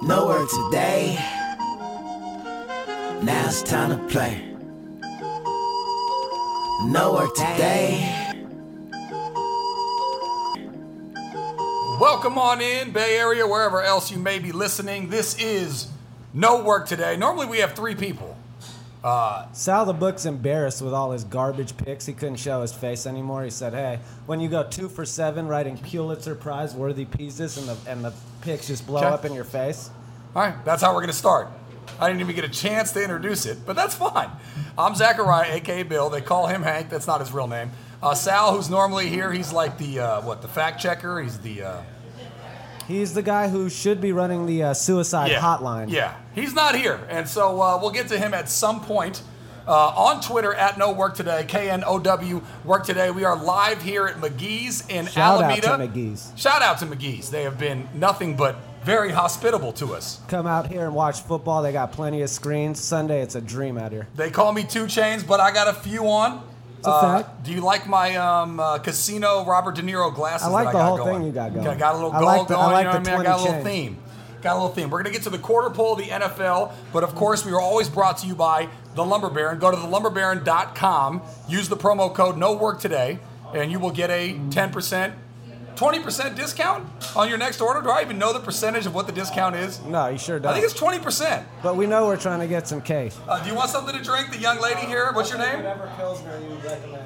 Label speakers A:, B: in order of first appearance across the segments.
A: No work today. Now it's time to play. No work today.
B: Welcome on in, Bay Area, wherever else you may be listening. This is No Work Today. Normally we have three people.
C: Sal the Book's embarrassed with all his garbage picks. He couldn't show his face anymore. He said, "Hey, when you go two for seven writing Pulitzer Prize worthy pieces and the and the picks just blow
B: Okay.
C: up in your face,
B: All right, that's how we're going to start. I didn't even get a chance to introduce it, but that's fine. I'm Zachariah, aka Bill. They call him Hank. That's not his real name. Uh, Sal, who's normally here, he's like the uh, what? The fact checker. He's the uh,
C: he's the guy who should be running the uh, suicide hotline."
B: Yeah, he's not here, and so uh, we'll get to him at some point. Uh, on Twitter at No Work Today, K N O W Work Today. We are live here at McGee's in
C: Shout out
B: Alameda.
C: to McGee's.
B: Shout out to McGee's. They have been nothing but very hospitable to us.
C: Come out here and watch football. They got plenty of screens. Sunday, it's a dream out here.
B: They call me Two Chains, but I got a few on. Uh,
C: It's a fact.
B: Do you like my um, uh, casino Robert De Niro glasses?
C: I like
B: that
C: the
B: got
C: whole
B: going?
C: thing you got going.
B: Got, got a little
C: I
B: gold
C: like the- I
B: going.
C: like
B: you know
C: the
B: what I mean? I got a
C: 20
B: little
C: chain.
B: theme. Got a little theme. We're gonna get to the quarter poll of the NFL, but of course we are always brought to you by the Lumber Baron. Go to thelumberbaron.com. Use the promo code No Work Today, and you will get a ten percent. 20% discount on your next order? Do I even know the percentage of what the discount is?
C: No, you sure
B: I think
C: don't.
B: it's 20%.
C: But we know we're trying to get some cake.
B: Uh, do you want something to drink? The young lady here, what's your name?
C: Pilsner you recommend.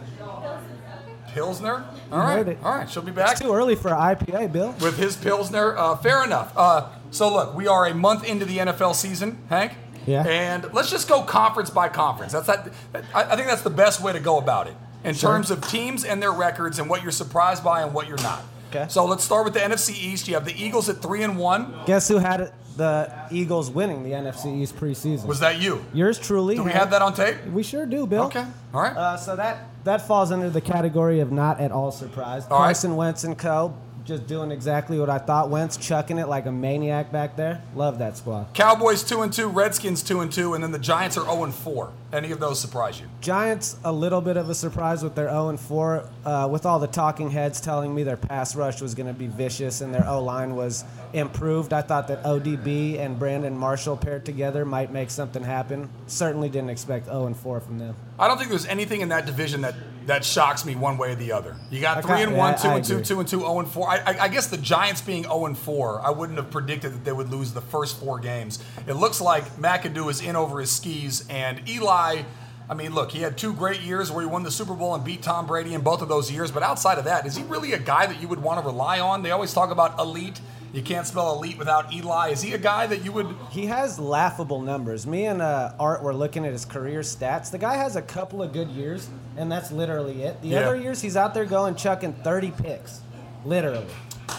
B: Pilsner? All
C: You
B: right.
C: heard it.
B: All right. She'll be back.
C: It's too early for an IPA, Bill.
B: with his Pilsner. Uh, fair enough. Uh, so, look, we are a month into the NFL season, Hank.
C: Yeah.
B: And let's just go conference by conference. That's not, I, I think that's the best way to go about it in
C: Sure.
B: terms of teams and their records and what you're surprised by and what you're not.
C: Okay.
B: So let's start with the NFC East. You have the Eagles at three and one.
C: Guess who had it- the Eagles winning the NFC East preseason?
B: Was that you?
C: Yours truly.
B: Do we
C: had-
B: have that on tape?
C: We sure do, Bill.
B: Okay. All right.
C: Uh, so that that falls under the category of not at all surprised.
B: All right.
C: Carson Wentz and Co. Just doing exactly what I thought. Wentz chucking it like a maniac back there. Love that squad.
B: Cowboys two and two, Redskins two and two, and then the Giants are zero and four. Any of those surprise you?
C: Giants a little bit of a surprise with their 0 and 4, uh, with all the talking heads telling me their pass rush was going to be vicious and their O line was improved. I thought that ODB and Brandon Marshall paired together might make something happen. Certainly didn't expect 0 and 4 from them.
B: I don't think there's anything in that division that that shocks me one way or the other. You got
C: I
B: three
C: ca-
B: and one,
C: yeah,
B: two
C: I
B: and two,
C: agree.
B: two and two, zero and four. I, I, I guess the Giants being zero and four, I wouldn't have predicted that they would lose the first four games. It looks like McAdoo is in over his skis, and Eli. I mean, look, he had two great years where he won the Super Bowl and beat Tom Brady in both of those years. But outside of that, is he really a guy that you would want to rely on? They always talk about elite. You can't spell elite without Eli. Is he a guy that you would?
C: He has laughable numbers. Me and uh, Art were looking at his career stats. The guy has a couple of good years, and that's literally it. The
B: Yeah.
C: other years, he's out there going chucking 30 picks, literally.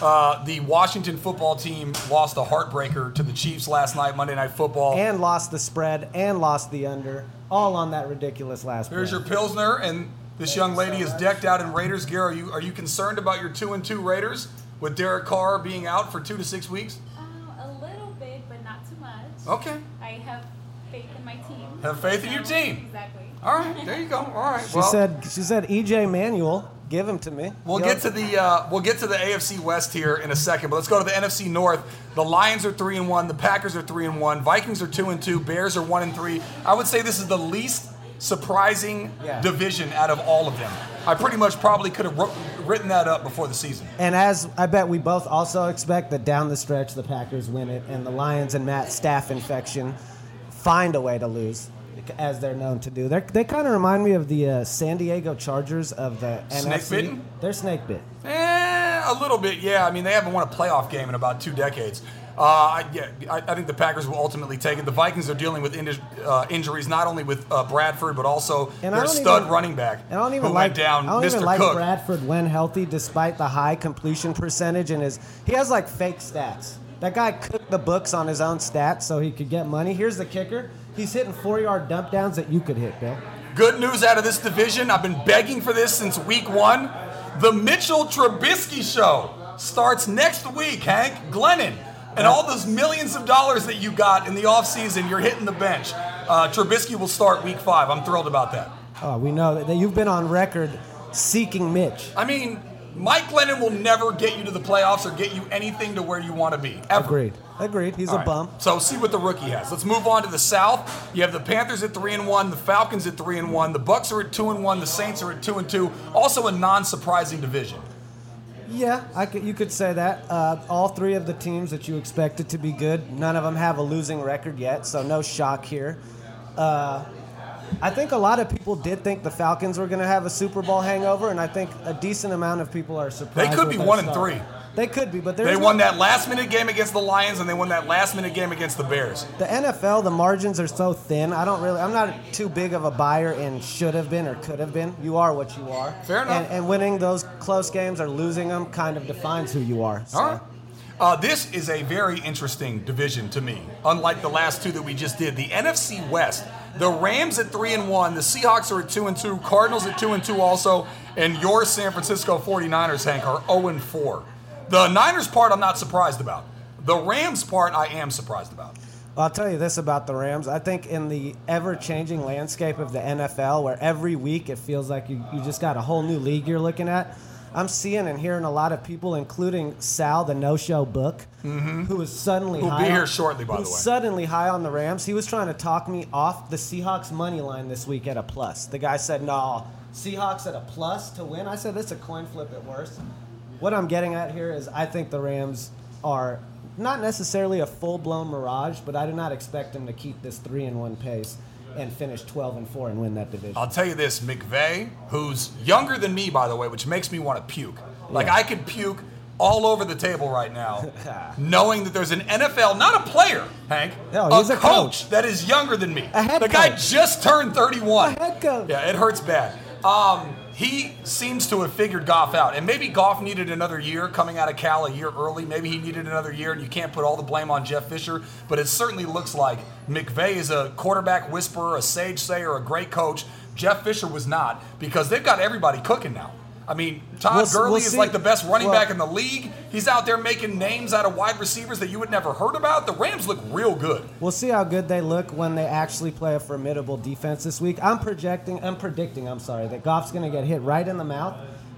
B: Uh, the Washington football team lost a heartbreaker to the Chiefs last night, Monday Night Football.
C: And lost the spread, and lost the under, all on that ridiculous last
B: Here's
C: play.
B: your Pilsner, and this young lady is decked out in Raiders gear. Are you are you concerned about your two and two Raiders with Derek Carr being out for two to six weeks?
D: Um, a little bit, but not too much.
B: Okay.
D: I have faith in my team.
B: Have faith in your team.
D: Exactly.
B: All right, there you go. All right.
C: She
B: well,
C: said, she said, EJ Manuel, give him to me.
B: We'll
C: Yo,
B: get to the uh, we'll get to the AFC West here in a second, but let's go to the NFC North. The Lions are three and one, the Packers are three and one, Vikings are two and two, Bears are one and three. I would say this is the least surprising
C: Yeah.
B: division out of all of them. I pretty much probably could have wr- written that up before the season.
C: And as I bet we both also expect that down the stretch, the Packers win it, and the Lions and Matt staff infection find a way to lose, as they're known to do. They're, they kind of remind me of the uh, San Diego Chargers of the
B: Snake
C: NFC.
B: bitten?
C: They're snake bit.
B: Eh, a little bit, yeah. I mean, they haven't won a playoff game in about two decades. Uh, I, yeah, I, I think the Packers will ultimately take it. The Vikings are dealing with indi- uh, injuries, not only with uh, Bradford, but also
C: And I
B: their
C: don't
B: stud
C: even-
B: running back
C: And I don't even
B: who
C: like
B: went down,
C: I don't
B: Mr.
C: even like
B: Cook.
C: Bradford when healthy, despite the high completion percentage and his he has like fake stats. That guy cooked the books on his own stats so he could get money. Here's the kicker: he's hitting four-yard dump downs that you could hit, Bill.
B: Good news out of this division. I've been begging for this since week one. The Mitchell Trubisky Show starts next week, Hank. Glennon. And all those millions of dollars that you got in the offseason, you're hitting the bench. Uh, Trubisky will start week five. I'm thrilled about that.
C: Oh, we know that you've been on record seeking Mitch.
B: I mean, Mike Lennon will never get you to the playoffs or get you anything to where you want to be. Ever.
C: Agreed. Agreed. He's
B: All
C: a
B: right.
C: bum.
B: So see what the rookie has. Let's move on to the South. You have the Panthers at three and one, the Falcons at three and one, the Bucks are at two and one, the Saints are at two and two. Also a non-surprising division.
C: Yeah, I could, you could say that. Uh, all three of the teams that you expected to be good, none of them have a losing record yet, so no shock here. Uh, I think a lot of people did think the Falcons were going to have a Super Bowl hangover, and I think a decent amount of people are surprised.
B: could
C: with
B: be
C: their
B: one and
C: start.
B: three.
C: They could be, but there's
B: They
C: no-
B: won that last-minute game against the Lions and they won that last-minute game against the Bears.
C: The NFL, the margins are so thin. I don't really. I'm not too big of a buyer in should have been or could have been. You are what you are.
B: Fair enough.
C: And, and winning those close games or losing them kind of defines who you are. So.
B: All right. Uh, this is a very interesting division to me. Unlike the last two that we just did, the NFC West. The Rams at three and one, the Seahawks are at two and two, Cardinals at two and two also, and your San Francisco 49ers, Hank, are 0 and 4. The Niners part I'm not surprised about. The Rams part I am surprised about.
C: Well, I'll tell you this about the Rams. I think in the ever changing landscape of the NFL, where every week it feels like you, you just got a whole new league you're looking at, I'm seeing and hearing a lot of people, including Sal, the no show book, who was suddenly
B: Mm-hmm. Who'll
C: high
B: be
C: on-
B: here shortly, by the
C: who's
B: way.
C: Suddenly high on the Rams. He was trying to talk me off the Seahawks money line this week at a plus. The guy said, no, Seahawks at a plus to win. I said, it's a coin flip at worst. What I'm getting at here is I think the Rams are not necessarily a full blown mirage, but I do not expect them to keep this 3 and 1 pace and finish 12 and 4 and win that division.
B: I'll tell you this, McVeigh, who's younger than me, by the way, which makes me want to puke. Like I could puke all over the table right now, knowing that there's an NFL, not a player, Hank,
C: No, he's a coach.
B: that is younger than me.
C: A head
B: the guy
C: coach.
B: just turned 31.
C: A head coach.
B: Yeah, it hurts bad. Um, he seems to have figured Goff out, and maybe Goff needed another year coming out of Cal a year early. Maybe he needed another year, and you can't put all the blame on Jeff Fisher. But it certainly looks like McVay is a quarterback whisperer, a sage sayer, a great coach. Jeff Fisher was not because they've got everybody cooking now. I mean, Todd
C: We'll s-
B: Gurley
C: we'll
B: is
C: see.
B: like the best running
C: Well-
B: back in the league. He's out there making names out of wide receivers that you had never heard about. The Rams look real good.
C: We'll see how good they look when they actually play a formidable defense this week. I'm projecting, I'm predicting, I'm sorry, that Goff's going to get hit right in the mouth.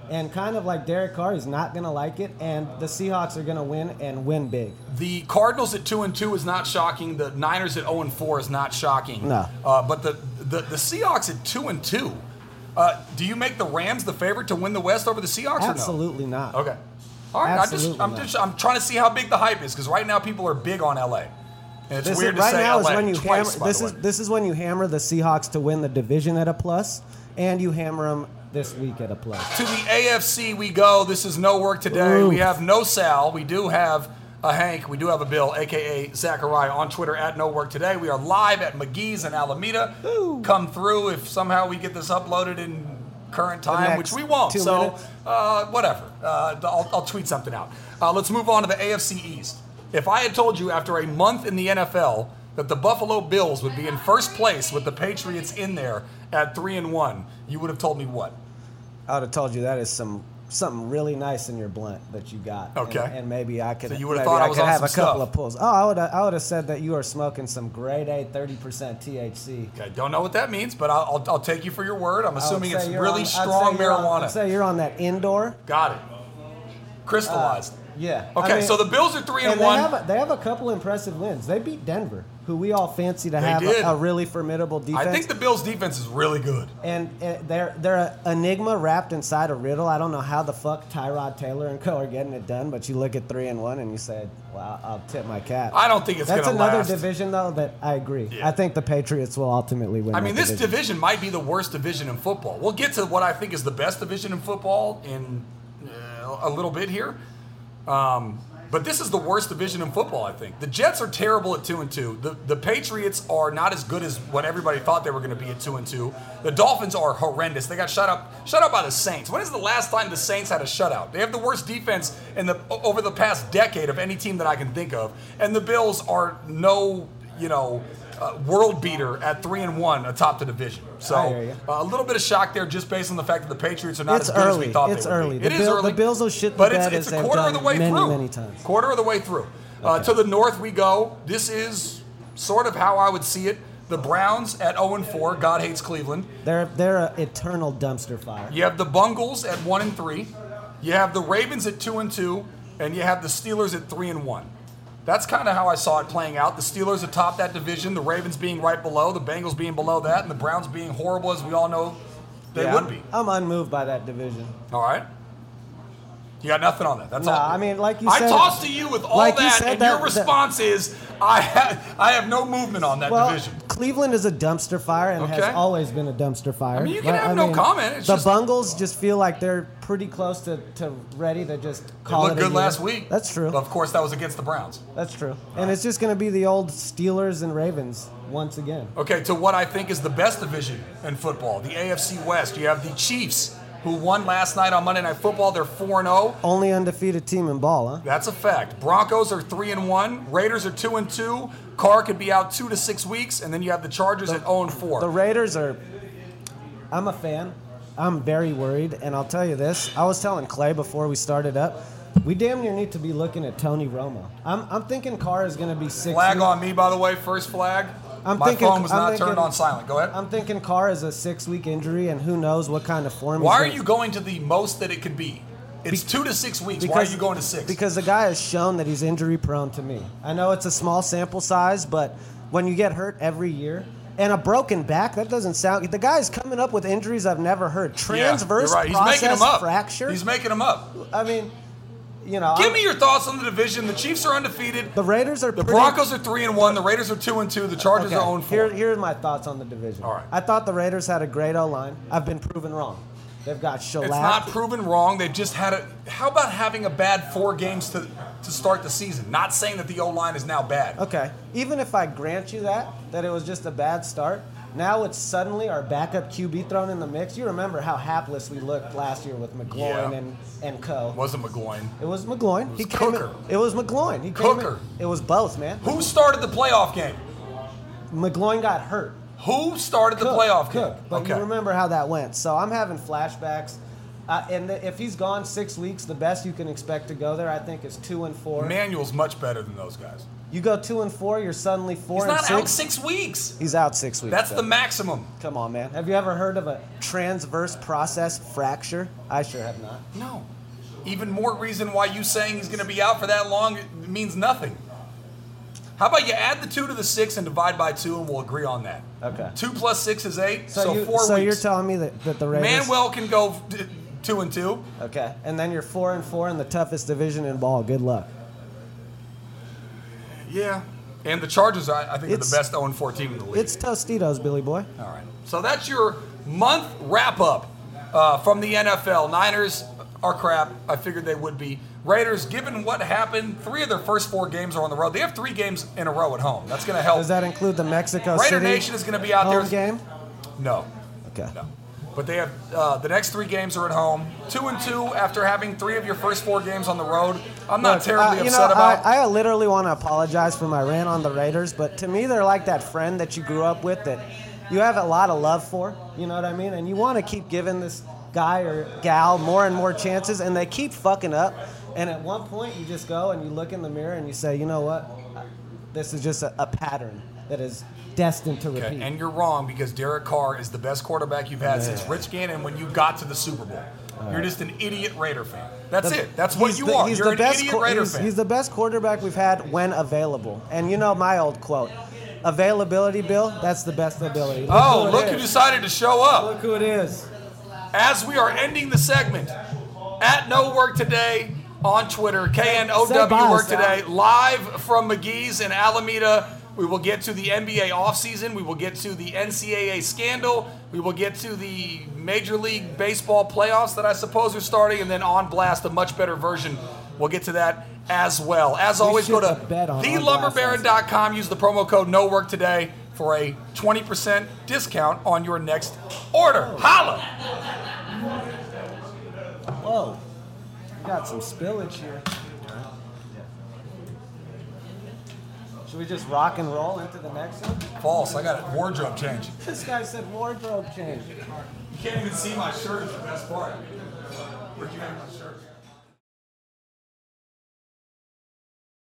C: And kind of like Derek Carr, he's not going to like it. And the Seahawks are going to win and win big.
B: The Cardinals at two and two is not shocking. The Niners at zero and four is not shocking.
C: No.
B: Uh, but the, the the Seahawks at two and two. Uh, do you make the Rams the favorite to win the West over the Seahawks?
C: Absolutely not.
B: Or no? Okay. All right. I
C: Absolutely
B: just I'm
C: not.
B: just I'm trying to see how big the hype is because right now people are big on LA. And it's
C: This is,
B: weird
C: right
B: to say
C: now
B: LA
C: is when you
B: twice.
C: hammer,
B: by
C: this
B: the
C: is
B: way.
C: this is when you hammer the Seahawks to win the division at a plus, and you hammer them this week at a plus.
B: to the AFC we go. This is no work today.
C: Ooh.
B: We have no Sal. We do have a Hank. We do have a Bill, aka Zachariah, on Twitter at No Work Today. We are live at McGee's in Alameda. Come through if somehow we get this uploaded in current time,
C: next
B: which we won't.
C: two
B: So
C: minutes.
B: uh, whatever. Uh, I'll, I'll tweet something out. Uh, let's move on to the AFC East. If I had told you after a month in the NFL that the Buffalo Bills would be in first place with the Patriots in there at three and one, you would have told me what?
C: I would have told you that is some something really nice in your blunt that you got. And-
B: Okay.
C: And, maybe I could.
B: So you would have
C: maybe
B: thought I
C: I
B: was
C: could
B: on
C: have a
B: some
C: couple
B: stuff.
C: of pulls. Oh, I would have, I would have said that you are smoking some grade A, thirty percent THC.
B: I don't know what that means, but I'll, I'll, I'll take you for your word. I'm
C: I would
B: assuming
C: say
B: it's
C: you're
B: really
C: on- I'd say
B: strong
C: you're on-
B: marijuana.
C: I'd say you're on that indoor.
B: Got it. Crystallized.
C: Yeah. Uh, I
B: okay,
C: mean,
B: so the Bills are three and,
C: and they
B: one.
C: have a, they have a couple impressive wins. They beat Denver, who we all fancy to
B: They
C: have
B: did.
C: a, a really formidable defense.
B: I think the Bills' defense is really good.
C: and uh, they're they're an enigma wrapped inside a riddle. I don't know how the fuck Tyrod Taylor and co are getting it done, but you look at three and one and you say, "Well, I'll tip my cap."
B: I don't think it's
C: That's
B: gonna
C: another
B: last.
C: division though that I agree.
B: Yeah.
C: I think the Patriots will ultimately win.
B: I mean,
C: that
B: this division. might be the worst division in football. We'll get to what I think is the best division in football in uh, a little bit here. Um, but this is the worst division in football, I think. The Jets are terrible at two and two. The the Patriots are not as good as what everybody thought they were going to be at two and two. The Dolphins are horrendous. They got shut up shut up by the Saints. When is the last time the Saints had a shutout? They have the worst defense in the o- over the past decade of any team that I can think of. And the Bills are no you know uh, world beater at three and one atop the division. So
C: I hear ya.
B: uh, a little bit of shock there, just based on the fact that the Patriots are not
C: It's
B: as good as we
C: early.
B: thought
C: It's
B: they would
C: early.
B: be.
C: The
B: It is
C: Bill-
B: early.
C: the Bills will shit the
B: but it's,
C: bed
B: it's
C: as
B: a
C: they've
B: quarter of
C: done
B: the way
C: many,
B: through.
C: many times.
B: Quarter of the way through. Uh, to the north we go. This is sort of how I would see it. The Browns at 0 and 4. God hates Cleveland.
C: They're they're an eternal dumpster fire.
B: You have the Bungles at 1 and 3. You have the Ravens at two and two, and you have the Steelers at three and one. That's kind of how I saw it playing out. The Steelers atop that division, the Ravens being right below, the Bengals being below that, and the Browns being horrible as we all know they
C: Yeah,
B: would
C: I'm-
B: be.
C: I'm unmoved by that division.
B: All right. You got nothing on that. That's
C: No,
B: all.
C: I mean, like you
B: I
C: said-
B: tossed to you with all
C: like you
B: that,
C: said
B: and
C: that-
B: your response is, I have, I have no movement on that
C: Well,
B: division.
C: Cleveland is a dumpster fire and
B: Okay.
C: has always been a dumpster fire. I
B: mean, you can have no comment. It's
C: the
B: just-
C: Bungles just feel like they're pretty close to, to ready to just
B: It
C: call
B: looked
C: it a
B: good
C: year.
B: last week.
C: That's true.
B: But of course, that was against the Browns.
C: That's true. And it's just going to be the old Steelers and Ravens once again.
B: Okay, to what I think is the best division in football, the AFC West. You have the Chiefs, who won last night on Monday Night Football. They're 4 0.
C: Only undefeated team in ball, huh?
B: That's a fact. Broncos are 3 and 1. Raiders are 2 and 2. Carr could be out 2 to 6 weeks. And then you have the Chargers at 0 and 4.
C: The Raiders are. I'm a fan. I'm very worried, and I'll tell you this. I was telling Clay before we started up, we damn near need to be looking at Tony Romo. I'm, I'm thinking Carr is going to be six.
B: Flag on me, by the way. First flag.
C: I'm
B: My
C: thinking-
B: phone was
C: I'm
B: not
C: thinking-
B: turned on silent. Go ahead.
C: I'm thinking Carr is a six week injury, and who knows what kind of form.
B: Why
C: he's
B: are
C: gonna-
B: you going to the most that it could be? It's two to six weeks. Why are you going to six?
C: Because the guy has shown that he's injury prone to me. I know it's a small sample size, but when you get hurt every year. And a broken back, that doesn't sound. The guy's coming up with injuries I've never heard.
B: Yeah, you're
C: Transverse
B: right. He's
C: process
B: making them up.
C: fracture. Uh,
B: He's making them up.
C: I mean, you know,
B: Give
C: I'm-
B: me your thoughts on the division. The Chiefs are undefeated.
C: the Raiders are
B: The
C: pretty-
B: Broncos are three and one. The Raiders are two and two. The Chargers
C: Okay,
B: are zero and four.
C: Here, here are my thoughts on the division.
B: All right.
C: I thought the Raiders had a great O line. I've been proven wrong. They've got shellac.
B: it's not proven wrong. They've just had a. How about having a bad four games to to start the season? Not saying that the O line is now bad.
C: Okay. Even if I grant you that, that it was just a bad start, now it's suddenly our backup QB thrown in the mix. You remember how hapless we looked last year with McGloin
B: Yeah.
C: and, and co.
B: Wasn't McGloin.
C: it was McGloin.
B: was
C: he came
B: Cooker.
C: In, it was McGloin. He came in-
B: Cooker.
C: it was both, man.
B: Who started the playoff game?
C: McGloin got hurt.
B: Who started the
C: Cook,
B: playoff game?
C: Cook. But you remember how that went. So I'm having flashbacks. Uh, and the, if he's gone six weeks, the best you can expect to go there, I think, is two and four.
B: Manuel's much better than those guys.
C: You go two and four, you're suddenly four
B: He's
C: and
B: not
C: six.
B: out six weeks.
C: He's out six weeks.
B: That's
C: though.
B: the maximum.
C: Come on, man. Have you ever heard of a transverse process fracture? I sure have not.
B: No. Even more reason why you saying he's going to be out for that long means nothing. How about you add the two to the six and divide by two, and we'll agree on that.
C: Okay.
B: Two plus six is eight, so,
C: So, you,
B: four
C: so
B: weeks.
C: you're telling me that, that the Ravens.
B: Manuel can go d- two and two.
C: Okay, and then you're four and four in the toughest division in ball. Good luck.
B: Yeah. And the Chargers, I, I think,
C: It's-
B: are the best 0 4 team in the league.
C: It's Tostitos, Billy boy.
B: All right. So that's your month wrap up uh, from the NFL. Niners are crap. I figured they would be. Raiders, given what happened, three of their first four games are on the road. They have three games in a row at home. That's going to help.
C: Does that include the Mexico
B: Raider
C: City
B: Nation is going to be out
C: home
B: there.
C: game?
B: No,
C: Okay.
B: no. But they have uh, the next three games are at home. Two and two after having three of your first four games on the road. I'm not
C: Look,
B: terribly
C: uh, you
B: upset
C: know,
B: about.
C: I, I literally want to apologize for my rant on the Raiders, but to me, they're like that friend that you grew up with that you have a lot of love for. You know what I mean? And you want to keep giving this guy or gal more and more chances, and they keep fucking up. And at one point, you just go and you look in the mirror and you say, you know what? This is just a, a pattern that is destined to repeat.
B: Okay, and you're wrong because Derek Carr is the best quarterback you've had since Rich Gannon when you got to the Super Bowl. You're just an idiot Raider fan. That's
C: The-
B: it. That's what
C: he's
B: you
C: the-
B: are.
C: he's
B: You're
C: the
B: an
C: best
B: idiot
C: qu-
B: Raider
C: he's,
B: fan.
C: he's the best quarterback we've had when available. And you know my old quote availability, Bill, that's the best ability. Look
B: oh,
C: who it
B: look who
C: is.
B: decided to show up.
C: Look who it is.
B: As we are ending the segment, at No Work Today on Twitter,
C: Say bye,
B: KNOW Work
C: Sal.
B: Today, live from McGee's in Alameda. We will get to the NBA offseason. We will get to the NCAA scandal. We will get to the Major League Baseball playoffs that I suppose are starting, and then on blast, a much better version. We'll get to that as well. As always, go
C: should
B: to
C: have bet on On Blast last
B: thelumberbaron.com. Com. Use the promo code No Work Today for a 20% discount on your next order. Holla!
C: Whoa. Got some spillage here. Should we just rock and roll into the next one?
B: False. I got a wardrobe change. You
C: This guy said wardrobe change.
B: can't even see my shirt is the best part. Where'd you get my shirt?